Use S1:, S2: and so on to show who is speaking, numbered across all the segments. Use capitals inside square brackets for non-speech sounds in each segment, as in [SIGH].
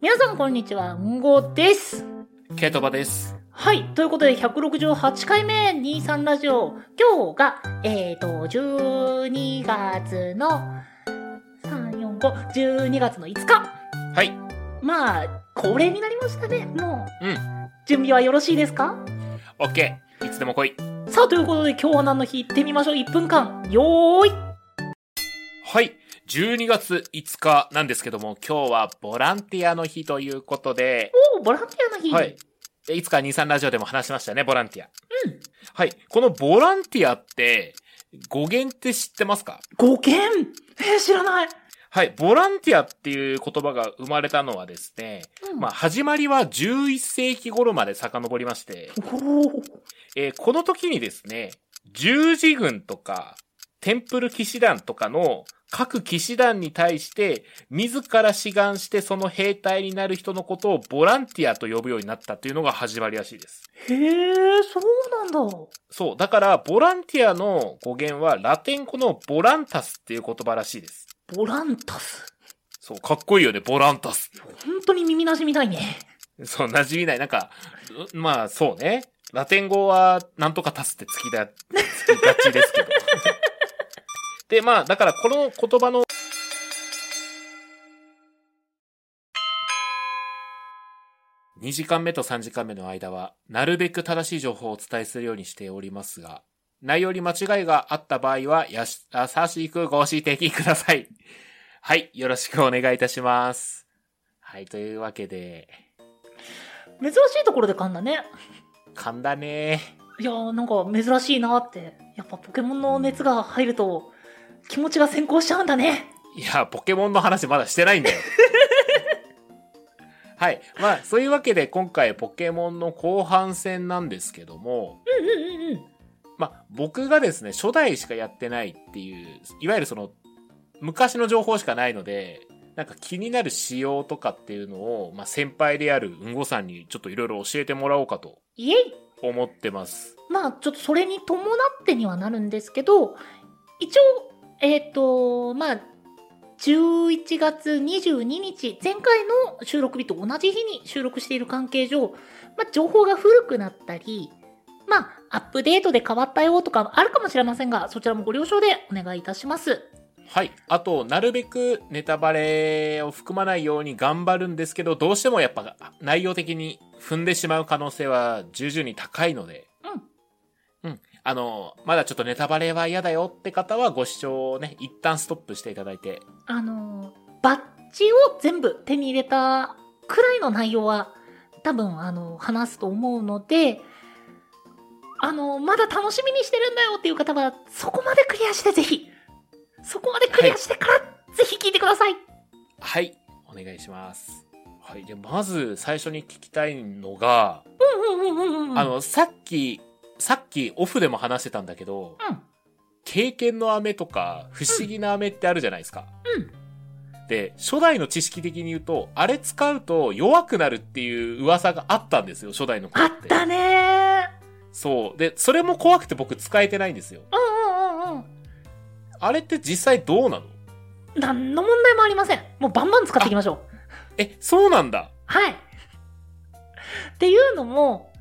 S1: 皆さんこんにちは、んごです。
S2: ケイトバです。
S1: はい。ということで、168回目、23ラジオ。今日が、えーと、12月の、3、4、5、12月の5日。
S2: はい。
S1: まあ、恒例になりましたね。もう、
S2: うん
S1: 準備はよろしいですか
S2: オッケー。いつでも来い。
S1: さあ、ということで、今日は何の日行ってみましょう。1分間。よーい。
S2: はい。12月5日なんですけども、今日はボランティアの日ということで、
S1: おー、ボランティアの日。
S2: はい。でいつか23ラジオでも話しましたね、ボランティア。
S1: うん。
S2: はい。このボランティアって、語源って知ってますか
S1: 5件えー知らない。
S2: はい。ボランティアっていう言葉が生まれたのはですね、
S1: うん
S2: まあ、始まりは11世紀頃まで遡りまして、
S1: おー。
S2: えーこの時にですね、十字軍とか、テンプル騎士団とかの各騎士団に対して、自ら志願してその兵隊になる人のことをボランティアと呼ぶようになったっていうのが始まりらしいです。
S1: へえ、そうなんだ。
S2: そう。だから、ボランティアの語源はラテン語のボランタスっていう言葉らしいです。
S1: ボランタス。
S2: そう、かっこいいよね、ボランタス。
S1: 本当に耳なじみないね。
S2: そう、馴染みない。なんか、うまあ、そうね。ラテン語は、なんとか足すってつきだ、つきがちですけど。 [LAUGHS] で、まあ、だから、この言葉の、2時間目と3時間目の間は、なるべく正しい情報をお伝えするようにしておりますが、内容に間違いがあった場合は、やし、優しくご指摘ください。はい、よろしくお願いいたします。はい、というわけで、
S1: 珍しいところで噛んだね。
S2: 噛んだね
S1: いやーなんか珍しいなって。やっぱポケモンの熱が入ると気持ちが先行しちゃうんだね。
S2: いやポケモンの話まだしてないんだよ [LAUGHS] はいまあそういうわけで今回ポケモンの後半戦なんですけども
S1: うんうんうんうん。
S2: まあ僕がですね初代しかやってないっていういわゆるその昔の情報しかないのでなんか気になる仕様とかっていうのを、まあ、先輩であるうんごさんにちょっといろいろ教えてもらおうかと
S1: イエイ
S2: 思ってます
S1: まあちょっとそれに伴ってにはなるんですけど、一応、えっ、と、まあ、11月22日、前回の収録日と同じ日に収録している関係上、まあ情報が古くなったり、まあアップデートで変わったよとかあるかもしれませんが、そちらもご了承でお願いいたします。
S2: はい。あと、なるべくネタバレを含まないように頑張るんですけど、どうしてもやっぱ内容的に踏んでしまう可能性は重々に高いので。うん。うん。あの、まだちょっとネタバレは嫌だよって方はご視聴をね、一旦ストップしていただいて。
S1: あのーバッジを全部手に入れたくらいの内容は多分あの話すと思うのであのーまだ楽しみにしてるんだよっていう方はそこまでクリアしてぜひそこまでクリアしてから、ぜひ聞いてください
S2: はい。お願いします。はい。で、まず最初に聞きたいのが、
S1: うんうんうんうんうん
S2: あの、さっき、さっきオフでも話してたんだけど、
S1: うん
S2: 経験の飴とか、不思議な飴ってあるじゃないですか。
S1: うん
S2: で、初代の知識的に言うと、あれ使うと弱くなるっていう噂があったんですよ、初代の
S1: あ
S2: 頃っ。
S1: ってたねー
S2: そう。で、それも怖くて僕使えてないんですよ。
S1: うんうんうんうん
S2: あれって実際どうなの
S1: 何の問題もありませんもうバンバン使っていきましょう
S2: え、そうなんだ。
S1: はい。っていうのも、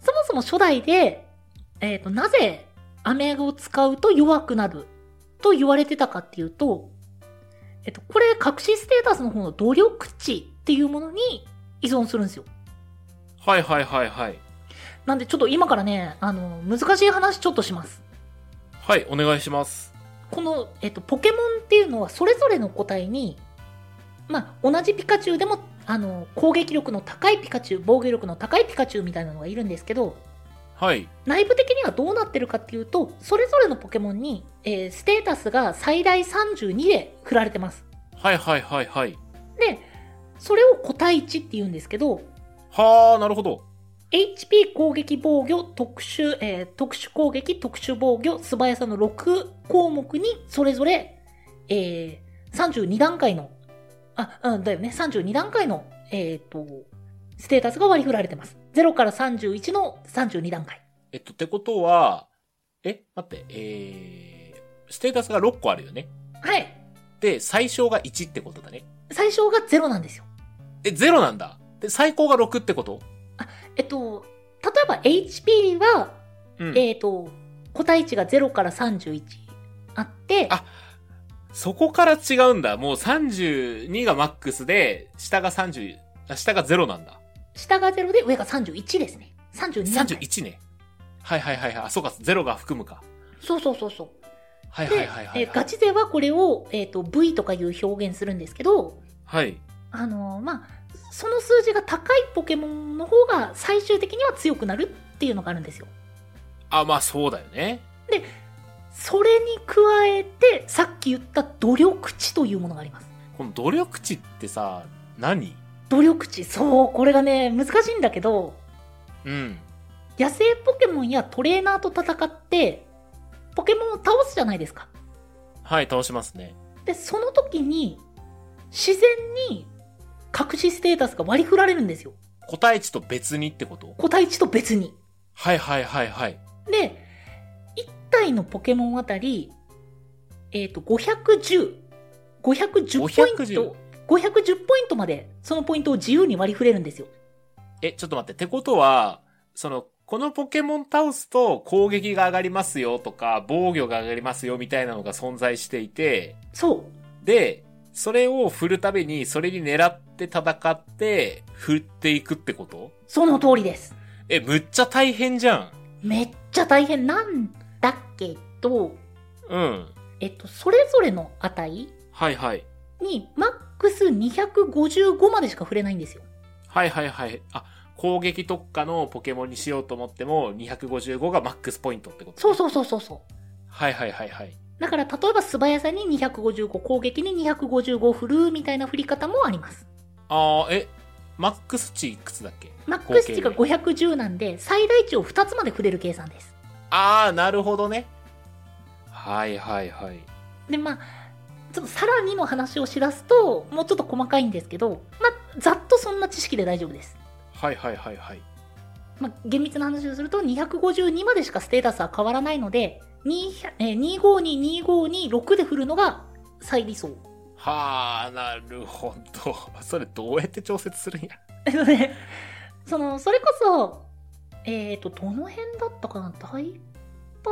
S1: そもそも初代で、えっ、と、なぜ、アメを使うと弱くなると言われてたかっていうと、えっ、と、これ、隠しステータスの方の努力値っていうものに依存するんですよ。
S2: はいはいはいはい。
S1: なんで、ちょっと今からね、あの、難しい話ちょっとします。
S2: はい、お願いします。
S1: この、えっと、ポケモンっていうのはそれぞれの個体に、まあ、同じピカチュウでもあの攻撃力の高いピカチュウ防御力の高いピカチュウみたいなのがいるんですけど
S2: はい。
S1: 内部的にはどうなってるかっていうとそれぞれのポケモンに、えーステータスが最大32で振られてます
S2: はいはいはいはい。
S1: でそれを個体値って言うんですけど
S2: はあ、なるほど。
S1: HP 攻撃防御特殊、えー特殊攻撃特殊防御素早さの6項目にそれぞれ、えー、32段階のあ、うん、だよね32段階のえっ、とステータスが割り振られてます0から31の32段階
S2: えっと、ってことは、え、待って、えー、ステータスが6個あるよね。
S1: はい
S2: で、最小が1ってことだね。
S1: 最小が0なんですよ
S2: え、ゼロなんだ。で、最高が6ってこと
S1: えっと、例えば HP は、
S2: うん。
S1: えっと、個体値が0から31あって、
S2: あそこから違うんだ。もう32がマックスで、下が30、あ下が0なんだ。
S1: 下が0で上が31ですね。32なんだ
S2: 31ね。はいはいはいはい。あ、そうか、0が含むか。
S1: そうそうそうそう。
S2: はいはい
S1: で
S2: はい、は
S1: え
S2: い
S1: ー。ガチ勢はこれを、えー、と V とかいう表現するんですけど、
S2: はい。
S1: あのーまあ、その数字が高いポケモンの方が最終的には強くなるっていうのがあるんですよ。
S2: あ、まあそうだよね。
S1: それに加えてさっき言った努力値というものがあります。
S2: この努力値ってさ、何
S1: 努力値そうこれがね難しいんだけど
S2: うん。
S1: 野生ポケモンやトレーナーと戦ってポケモンを倒すじゃないですか。
S2: はい、倒しますね。
S1: でその時に自然に隠しステータスが割り振られるんですよ。
S2: 個体値と別にってこと
S1: 個体値と別に。
S2: はいはいはいはい。
S1: で、1体のポケモンあたり、えっ、と、510、510ポイント、510ポイントまで、そのポイントを自由に割り振れるんですよ。
S2: え、ちょっと待って。ってことは、その、このポケモン倒すと攻撃が上がりますよとか、防御が上がりますよみたいなのが存在していて、
S1: そ
S2: で、それを振るために、それに狙って戦って、振っていくってこと
S1: う、その通りです。
S2: え、むっちゃ大変じゃん。
S1: めっちゃ大変なんだけど、
S2: うん。
S1: えっと、それぞれの値
S2: はいはい。
S1: に、マックス255までしか触れないんですよ。
S2: はいはいはい。あ、攻撃特化のポケモンにしようと思っても、255がマックスポイントってこと
S1: そうそうそうそうそう。
S2: はいはいはいはい。
S1: だから、例えば素早さに255、攻撃に255振るみたいな振り方もあります。
S2: あー、え、マックス値いくつだっけ
S1: マックス値が510なんで、最大値を2つまで振れる計算です。
S2: あー、なるほどね。はいはいはい。
S1: で、まあ、ちょっとさらにの話をしだすと、もうちょっと細かいんですけど、まあ、ざっとそんな知識で大丈夫です。
S2: はいはいはいはい。
S1: まあ、厳密な話をすると、252までしかステータスは変わらないので、200えー252、2526で振るのが最理想。
S2: はあ、なるほど。 [LAUGHS] それどうやって調節するんや。
S1: その、それこそ、えっ、と、どの辺だったかなダイパ、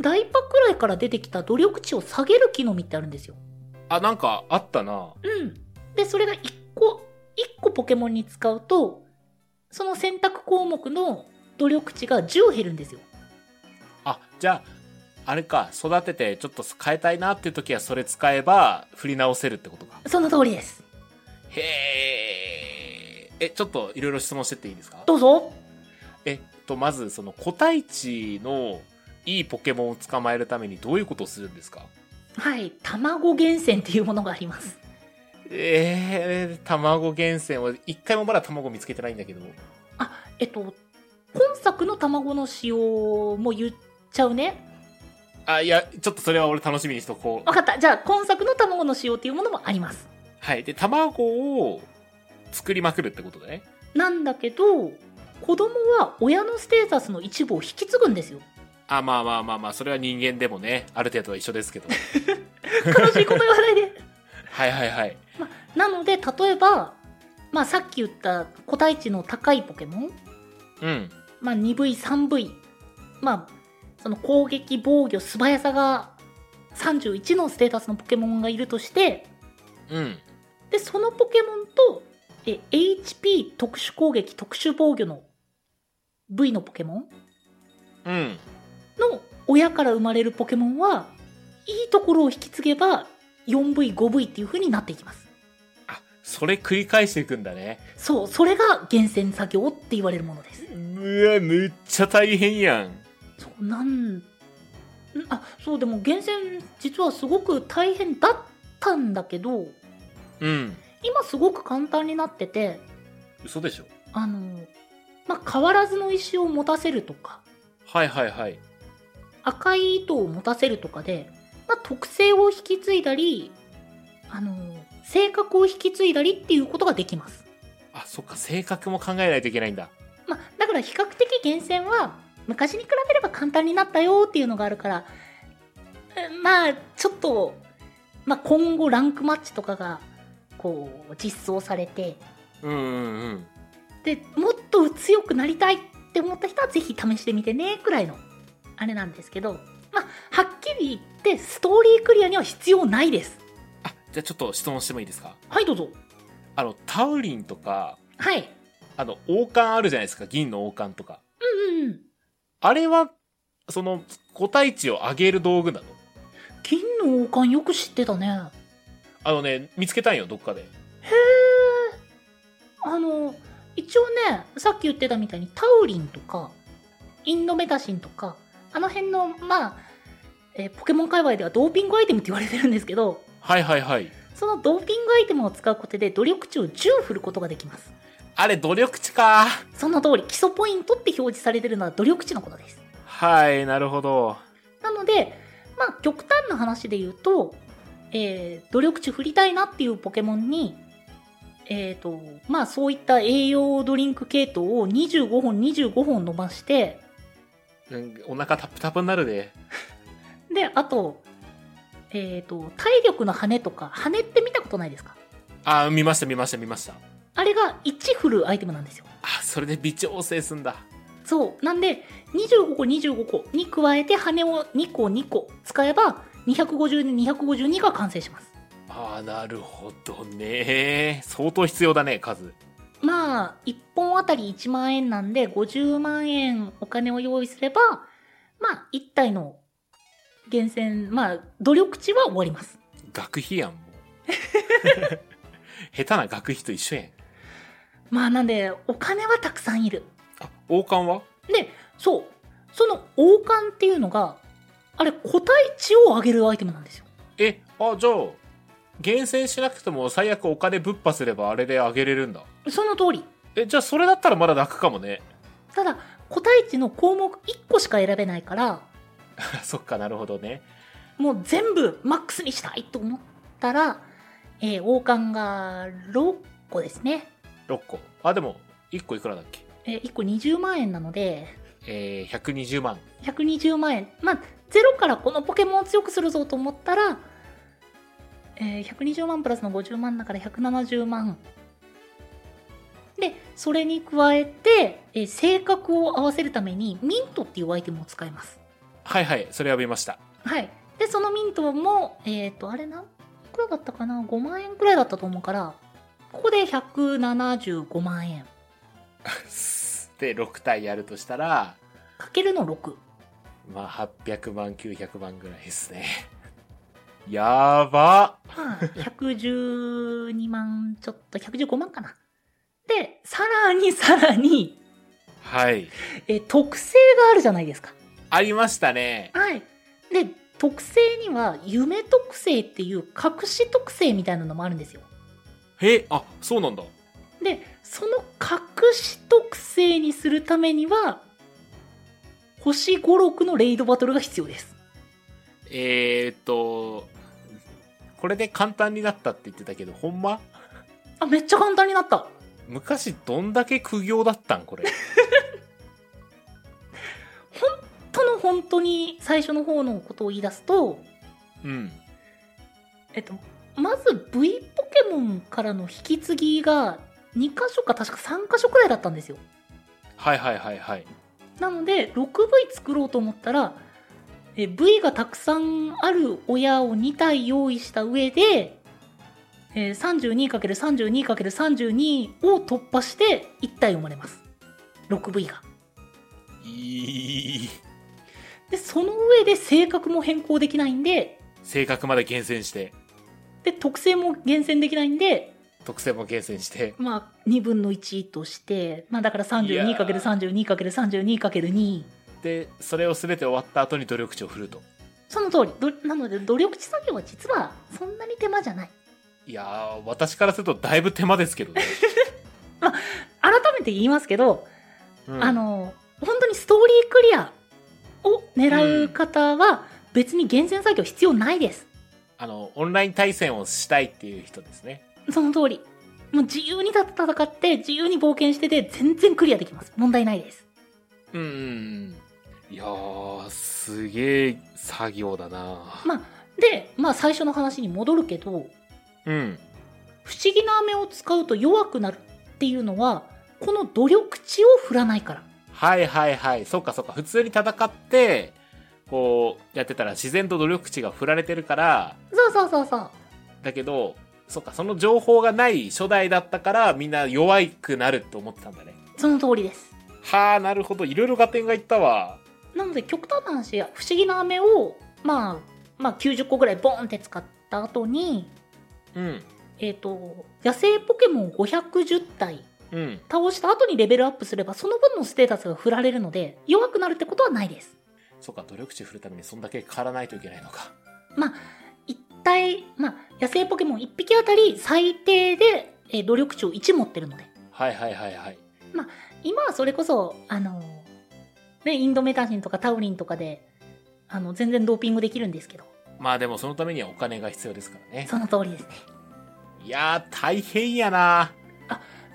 S1: ダイパくらいから出てきた努力値を下げる木の実ってあるんですよ。
S2: あ、なんかあったな。
S1: うん。で、それが1個、1個ポケモンに使うと、その選択項目の努力値が10減るんですよ。
S2: あ、じゃあ、あれか、育ててちょっと変えたいなっていう時はそれ使えば振り直せるってことか。
S1: その通りです。
S2: へえ。え、ちょっといろいろ質問してっていいですか
S1: どうぞ。
S2: えっと、まず、その個体値のいいポケモンを捕まえるためにどういうことをするんですか
S1: はい。卵厳選っていうものがあります。
S2: えー、卵厳選は一回もまだ卵見つけてないんだけど。
S1: えっと、本作の卵の使用も言っちゃうね。
S2: あ、いや、ちょっとそれは俺楽しみにしとこう
S1: わ。かった。じゃあ、今作の卵の使用っていうものもあります。
S2: はい。で、卵を作りまくるってことだね。
S1: なんだけど、子供は親のステータスの一部を引き継ぐんですよ。
S2: あ、まあまあまあまあ、それは人間でもね、ある程度は一緒ですけど。 [LAUGHS]
S1: 悲しいこと言わないで。 [LAUGHS]
S2: はいはいはい。
S1: なので、例えば、まあさっき言った個体値の高いポケモン、
S2: うん。
S1: まあ 2V、3V、まあその攻撃、防御、素早さが31のステータスのポケモンがいるとして、
S2: うん。
S1: で、そのポケモンと、え、HP 特殊攻撃、特殊防御の V のポケモン
S2: うん。
S1: の親から生まれるポケモンは、いいところを引き継げば 4V、5V っていう風になっていきます。
S2: あ、それ繰り返していくんだね。
S1: そう、それが厳選作業って言われるものです。
S2: うわ、むっちゃ大変やん。
S1: そうなんんあそうでも厳選実はすごく大変だったんだけど
S2: うん。
S1: 今すごく簡単になってて
S2: 嘘でしょ
S1: あのまあ変わらずの石を持たせるとか
S2: はいはいはい。
S1: 赤い糸を持たせるとかで、まあ、特性を引き継いだりあの性格を引き継いだりっていうことができます、
S2: あ、そっか、性格も考えないといけないんだ。
S1: まあ、だから比較的厳選は昔に比べれば簡単になったよっていうのがあるからうんまあちょっと、まあ、今後ランクマッチとかがこう実装されて
S2: うんうんうん。
S1: でもっと強くなりたいって思った人はぜひ試してみてねくらいのあれなんですけどまあはっきり言ってストーリークリアには必要ないです
S2: あ、じゃあちょっと質問してもいいですか
S1: はいどうぞ
S2: あの、タウリンとか、
S1: はい
S2: あの、王冠あるじゃないですか。銀の王冠とか。
S1: うんうん
S2: あれは、その、個体値を上げる道具なの
S1: 金の王冠よく知ってたね
S2: あのね、見つけたんよ、どっかで。
S1: あの一応ねさっき言ってたみたいにタウリンとかインドメタシンとかあの辺のまあ、えーポケモン界隈ではドーピングアイテムって言われてるんですけど
S2: はいはいはい。
S1: そのドーピングアイテムを使うことで努力値を10振ることができます
S2: あれ、努力値か。
S1: その通り基礎ポイントって表示されてるのは努力値のことです
S2: はい、なるほど。
S1: なのでまあ極端な話で言うと、えー努力値振りたいなっていうポケモンにえーとまあそういった栄養ドリンク系統を25本25本伸ばして
S2: うんお腹タプタプになるで。
S1: であとえっ、と体力の羽とか羽って見たことないですか
S2: あ、見ました見ました見ました。
S1: あれが1振るアイテムなんですよ
S2: あ、それで微調整すんだ。
S1: そうなんで25個25個に加えて羽を2個2個使えば250で252が完成します
S2: あーなるほどね。相当必要だね、数。
S1: まあ1本あたり1万円なんで50万円お金を用意すればまあ1体の厳選まあ努力値は終わります
S2: 学費や [LAUGHS] ん、もう。下手な学費と一緒やん。
S1: まあなんでお金はたくさんいる
S2: あ、王冠は
S1: そう。その王冠っていうのが、あれ、個体値を上げるアイテムなんですよ。
S2: え、あ、じゃあ、厳選しなくても最悪お金ぶっぱすればあれであげれるんだ。
S1: その通り。
S2: え、じゃあそれだったらまだ楽かもね。 [LAUGHS]
S1: ただ、個体値の項目1個しか選べないから、
S2: そっかなるほどね。
S1: もう全部マックスにしたいと思ったら、えー王冠が6個ですね。
S2: 6個。あ、でも、1個いくらだっけ
S1: え1個20万円なので、
S2: えー、120万。
S1: 120万円。まあ、ゼロからこのポケモンを強くするぞと思ったら、えー120万プラスの50万だから170万。で、それに加えて、えー性格を合わせるためにミントっていうアイテムを使います。
S2: はいはい、それは見ました。 [LAUGHS]
S1: はい。で、そのミントも、えっ、と、あれな、いくらだったかな ?5 万円くらいだったと思うから、ここで175万円。
S2: で、6体やるとしたら、
S1: かけるの6。
S2: まあ、800万、900万ぐらいですね。 [LAUGHS] やば
S1: まあ、112万ちょっと、115万かな。で、さらにさらに、
S2: はい。
S1: えー特性があるじゃないですか。
S2: ありましたね。
S1: はい。で、特性には、夢特性っていう隠し特性みたいなのもあるんですよ。
S2: え、あ、そうなんだ。
S1: で、その隠し特性にするためには、星5、6のレイドバトルが必要です。
S2: えー、っと、これで簡単になったって言ってたけど、ほんま
S1: あ、めっちゃ簡単になった。
S2: 昔どんだけ苦行だったんこれ。
S1: との本当に最初の方のことを言い出すと、
S2: [LAUGHS] うん。
S1: えっと、まず V ポケモンからの引き継ぎが2箇所か確か3箇所くらいだったんですよ。
S2: はいはいはいはい。
S1: なので 6V 作ろうと思ったらえ V がたくさんある親を2体用意した上で、えー 32×32×32 を突破して1体生まれます。6V が。
S2: いい。
S1: で、その上で性格も変更できないんで、
S2: 性格まで厳選して、
S1: で、特性も厳選できないんで、
S2: 特性も厳選して。
S1: まあ、2分の1として、まあ、だから
S2: いやー
S1: 32×32×32×32。
S2: で、それを全て終わった後に努力値を振ると。
S1: その通り。どなので、努力値作業は実はそんなに手間じゃない。
S2: いやー、私からするとだいぶ手間ですけどね。
S1: 改めて言いますけど、
S2: [LAUGHS] うん
S1: あ、の、本当にストーリークリアを狙う方は、別に厳選作業必要ないです。
S2: あの、オンライン対戦をしたいっていう人ですね。
S1: その通り。もう自由に戦って、自由に冒険してて、全然クリアできます。問題ないです。
S2: うんうんうん。いやー、すげえ作業だな
S1: まで、まあ最初の話に戻るけど、
S2: うん。
S1: 普不思議な飴を使うと弱くなるっていうのは、この努力値を振らないから。
S2: はいはいはい。そっかそっか。普通に戦って、こう、やってたら自然と努力値が振られてるから、
S1: そうそうそうそう。
S2: だけど、そっか、その情報がない初代だったから、みんな弱くなると思ってたんだね。
S1: その通りです。
S2: はあ、なるほど。いろいろ合点がいったわ。
S1: なので極端な話、不思議な飴を、まあ、まあ90個ぐらいボーンって使った後に、
S2: うん。
S1: えっ、と、野生ポケモン510体
S2: うん。
S1: 倒した後にレベルアップすれば、その分のステータスが振られるので、弱くなるってことはないです。
S2: そっか、努力値振るためにそんだけ狩らないといけないのか。
S1: 一体、まあ、野生ポケモン1匹あたり最低で、えー努力値を1持ってるので。
S2: はいはいはいはい。
S1: 今はそれこそ、あの、ね、インドメタジンとかタウリンとかで、あの、全然ドーピングできるんですけど、
S2: まあでもそのためにはお金が必要ですからね。
S1: その通りですね。
S2: いやー、大変やな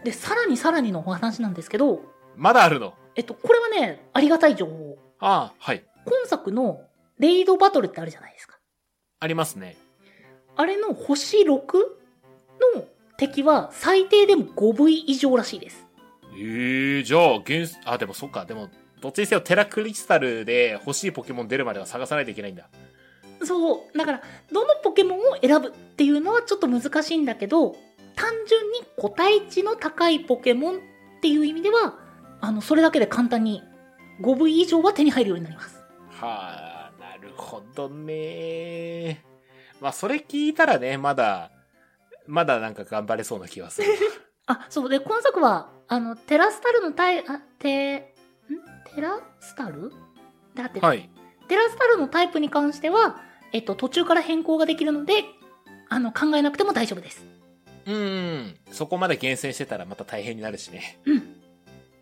S1: で、さらにさらにのお話なんですけど、
S2: まだあるの。
S1: えっと、これはね、ありがたい情報。
S2: ああ、はい。
S1: 今作のレイドバトルってあるじゃないですか。
S2: ありますね。
S1: あれの星6の敵は最低でも 5V 以上らしいです。
S2: えー、じゃあ、原始、あ、でもそっか、でも、どっちにせよテラクリスタルで欲しいポケモン出るまでは探さないといけないんだ。
S1: そう。だから、どのポケモンを選ぶっていうのはちょっと難しいんだけど、単純に個体値の高いポケモンっていう意味では、あの、それだけで簡単に 5V 以上は手に入るようになります。
S2: はあ、なるほどねまあ、それ聞いたらね、まだ、まだなんか頑張れそうな気はする。
S1: あ、そう。で、今作は、あの、テラスタルの対、あ、て、んテラスタルだってる、
S2: [LAUGHS] はい。
S1: テラスタルのタイプに関しては、えっと、途中から変更ができるので、あの、考えなくても大丈夫です。
S2: うん。そこまで厳選してたらまた大変になるしね。
S1: うん。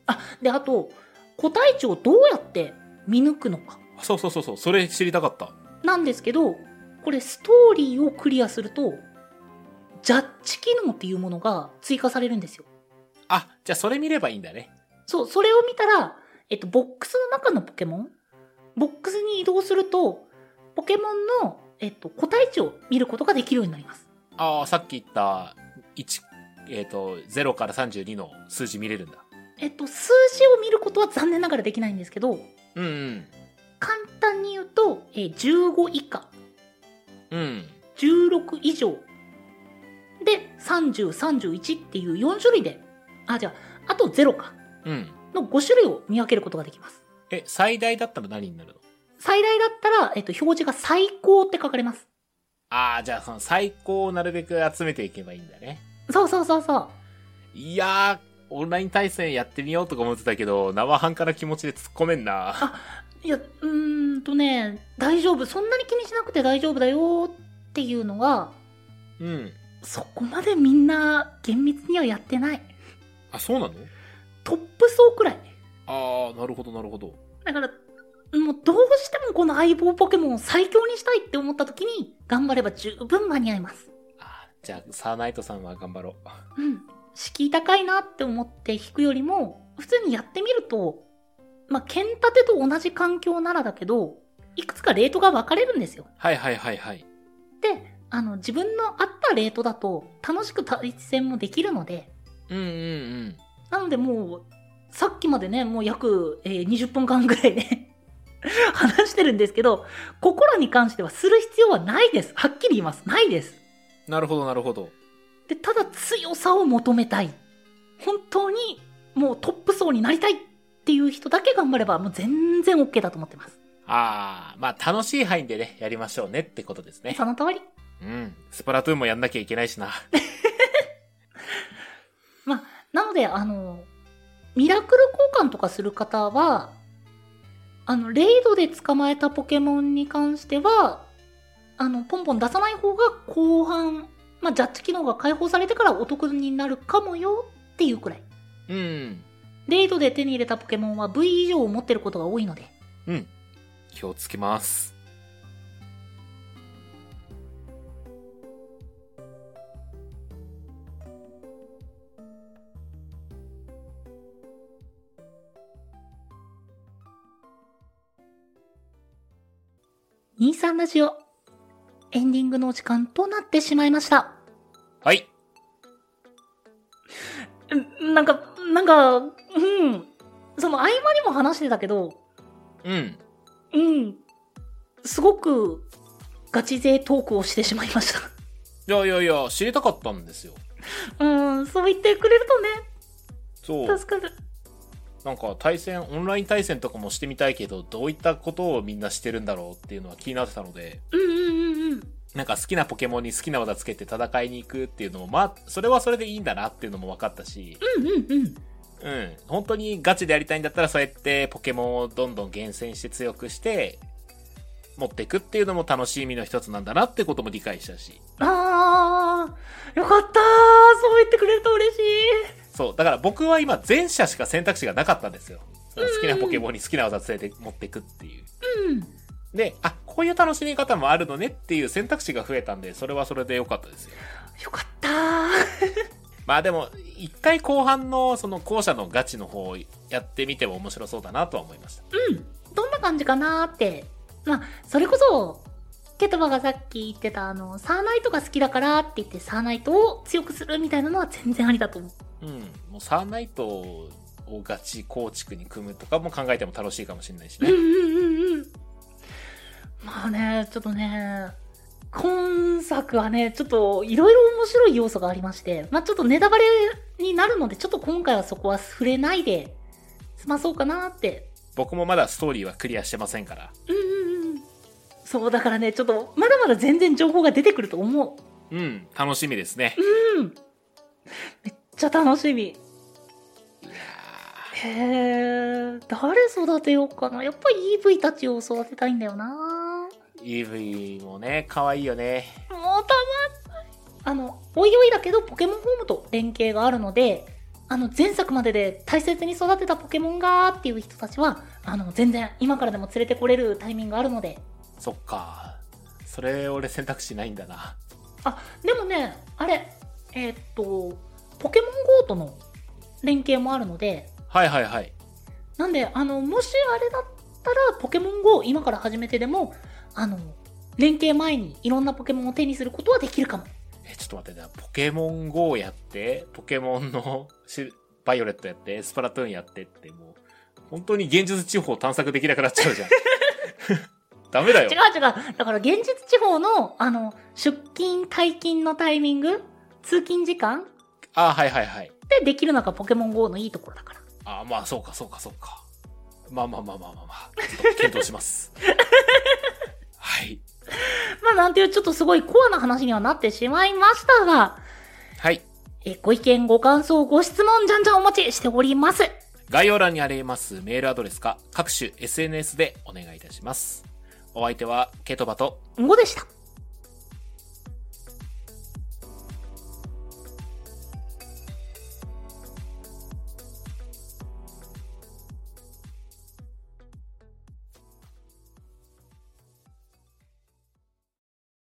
S1: あ、で、あと、個体値をどうやって見抜くのか、
S2: そうそうそうそう、それ知りたかった。
S1: なんですけど、これ、ストーリーをクリアすると、ジャッジ機能っていうものが追加されるんですよ。
S2: あ、じゃあそれ見ればいいんだね。
S1: そう、それを見たら、えっと、ボックスの中のポケモン、ボックスに移動すると、ポケモンの、えっと、個体値を見ることができるようになります。
S2: ああ、さっき言った、1、えっ、と、0から32の数字見れるんだ。
S1: えっと、数字を見ることは残念ながらできないんですけど、
S2: うんうん。
S1: 簡単に言うと、えー15以下、
S2: うん。
S1: 16以上、で、30、31っていう4種類で、あ、じゃあ、あと0か、
S2: うん。
S1: の5種類を見分けることができます。
S2: え、最大だったら何になるの
S1: 最大だったら、えっと、表示が最高って書かれます。
S2: ああ、じゃあその最高をなるべく集めていけばいいんだね。
S1: そうそうそうそう。
S2: いやー、オンライン対戦やってみようとか思ってたけど、生半可な気持ちで突っ込めんな。
S1: いや、うーんとね、大丈夫。そんなに気にしなくて大丈夫だよっていうのは、
S2: [LAUGHS] うん。
S1: そこまでみんな厳密にはやってない。
S2: あ、そうなの
S1: トップ層くらい。
S2: ああ、なるほど、なるほど。
S1: だから、もうどうしてもこの相棒ポケモンを最強にしたいって思った時に、頑張れば十分間に合います。
S2: あーじゃあ、サーナイトさんは頑張ろう。
S1: うん。敷居高いなって思って弾くよりも、普通にやってみると、まあ、剣立てと同じ環境ならだけど、いくつかレートが分かれるんですよ。
S2: はいはいはいはい。
S1: で、あの、自分の合ったレートだと、楽しく対戦もできるので、
S2: うんうんうん。
S1: なのでもう、さっきまでね、もう約、えー20分間ぐらいね、 [LAUGHS] 話してるんですけど、心に関してはする必要はないです。はっきり言います。ないです。
S2: なるほど、なるほど。
S1: で、ただ強さを求めたい。本当にもうトップ層になりたいっていう人だけ頑張ればもう全然 OK だと思ってます。
S2: ああ、まあ楽しい範囲でね、やりましょうねってことですね。
S1: その通り。
S2: うん。スプラトゥーンもやんなきゃいけないしな。
S1: なので、あの、ミラクル交換とかする方は、あの、レイドで捕まえたポケモンに関しては、あの、ポンポン出さない方が後半、まあ、ジャッジ機能が解放されてからお得になるかもよっていうくらい。
S2: うん。
S1: レイドで手に入れたポケモンは V 以上を持ってることが多いので。
S2: うん。気をつけます。
S1: 23ラジオ、エンディングのお時間となってしまいました。
S2: はい。
S1: なんか、なんか、うん。その合間にも話してたけど、
S2: うん。
S1: うん。すごく、ガチ勢トークをしてしまいました。
S2: いやいやいや、知りたかったんですよ。
S1: [LAUGHS] うん、そう言ってくれる
S2: そう
S1: とね、。助かる。
S2: なんか対戦、オンライン対戦とかもしてみたいけど、どういったことをみんなしてるんだろうっていうのは気になってたので、
S1: うんうんうんうん。
S2: なんか好きなポケモンに好きな技つけて戦いに行くっていうのも、まあ、それはそれでいいんだなっていうのも分かったし、
S1: うんうんうん。
S2: うん。本当にガチでやりたいんだったら、そうやってポケモンをどんどん厳選して強くして、持っていくっていうのも楽しみの一つなんだなってことも理解したし。
S1: あー、よかったー。そう言ってくれると嬉しい。
S2: そう。だから僕は今、前者しか選択肢がなかったんですよ。その好きなポケモンに好きな技連れて持っていくっていう。
S1: うん。
S2: で、あ、こういう楽しみ方もあるのねっていう選択肢が増えたんで、それはそれで良かったですよ。
S1: よかったー。
S2: まあでも、一回後半のその後者のガチの方をやってみても面白そうだなとは思いました。
S1: うん。どんな感じかなーって。まあ、それこそ、ケトバがさっき言ってた、あの、サーナイトが好きだからって言って、サーナイトを強くするみたいなのは全然ありだと思う。
S2: うん。もうサーナイトをガチ構築に組むとかも考えても楽しいかもしれないし
S1: うんう
S2: ね。
S1: んうんうん。まあね、ちょっとね、今作はね、ちょっといろいろ面白い要素がありまして、まあちょっとネタバレになるので、ちょっと今回はそこは触れないで済まそうかなって。
S2: 僕もまだストーリーはクリアしてませんから。
S1: うんうんうん。そう、だからね、ちょっとまだまだ全然情報が出てくると思う。
S2: うん。楽しみですね。
S1: うん。めっちゃ楽しみ。へえ、誰育てようかな。やっぱり EV たちを育てたいんだよな。
S2: EV もね、可愛いよね。
S1: もうたまんない。あの、おいおいだけど、ポケモンホームと連携があるので、あの、前作までで大切に育てたポケモンがーっていう人たちは、あの、全然今からでも連れてこれるタイミングがあるので。
S2: そっか。それ俺選択肢ないんだな。
S1: あ、でもね、あれ、えーっと、ポケモン GO との連携もあるので、
S2: はいはいはい。
S1: なんで、あの、もしあれだったら、ポケモン GO を今から始めてでも、あの、連携前にいろんなポケモンを手にすることはできるかも。
S2: え、ちょっと待ってな。ポケモン GO やって、ポケモンの [LAUGHS] シルバイオレットやって、スプラトゥーンやってって、もう、本当に現実地方探索できなくなっち
S1: [LAUGHS]
S2: ゃうじゃん。ダメだよ
S1: 違う。違う。だから現実地方の、あの、出勤、退勤のタイミング、通勤時間
S2: あはいはいはい。
S1: でできるのがポケモン GO のいいところだから。
S2: あまあそうかそうかそうか。まあまあまあまあまあまあ。ちょっと検討し
S1: [LAUGHS]
S2: ます。はい。
S1: まあなんていう、ちょっとすごいコアな話にはなってしまいましたが、
S2: はい。
S1: え、ご意見、ご感想、ご質問、じゃんじゃんお待ちしております。
S2: 概要欄にありますメールアドレスか各種 SNS でお願いいたします。お相手はケトバと
S1: 5でした。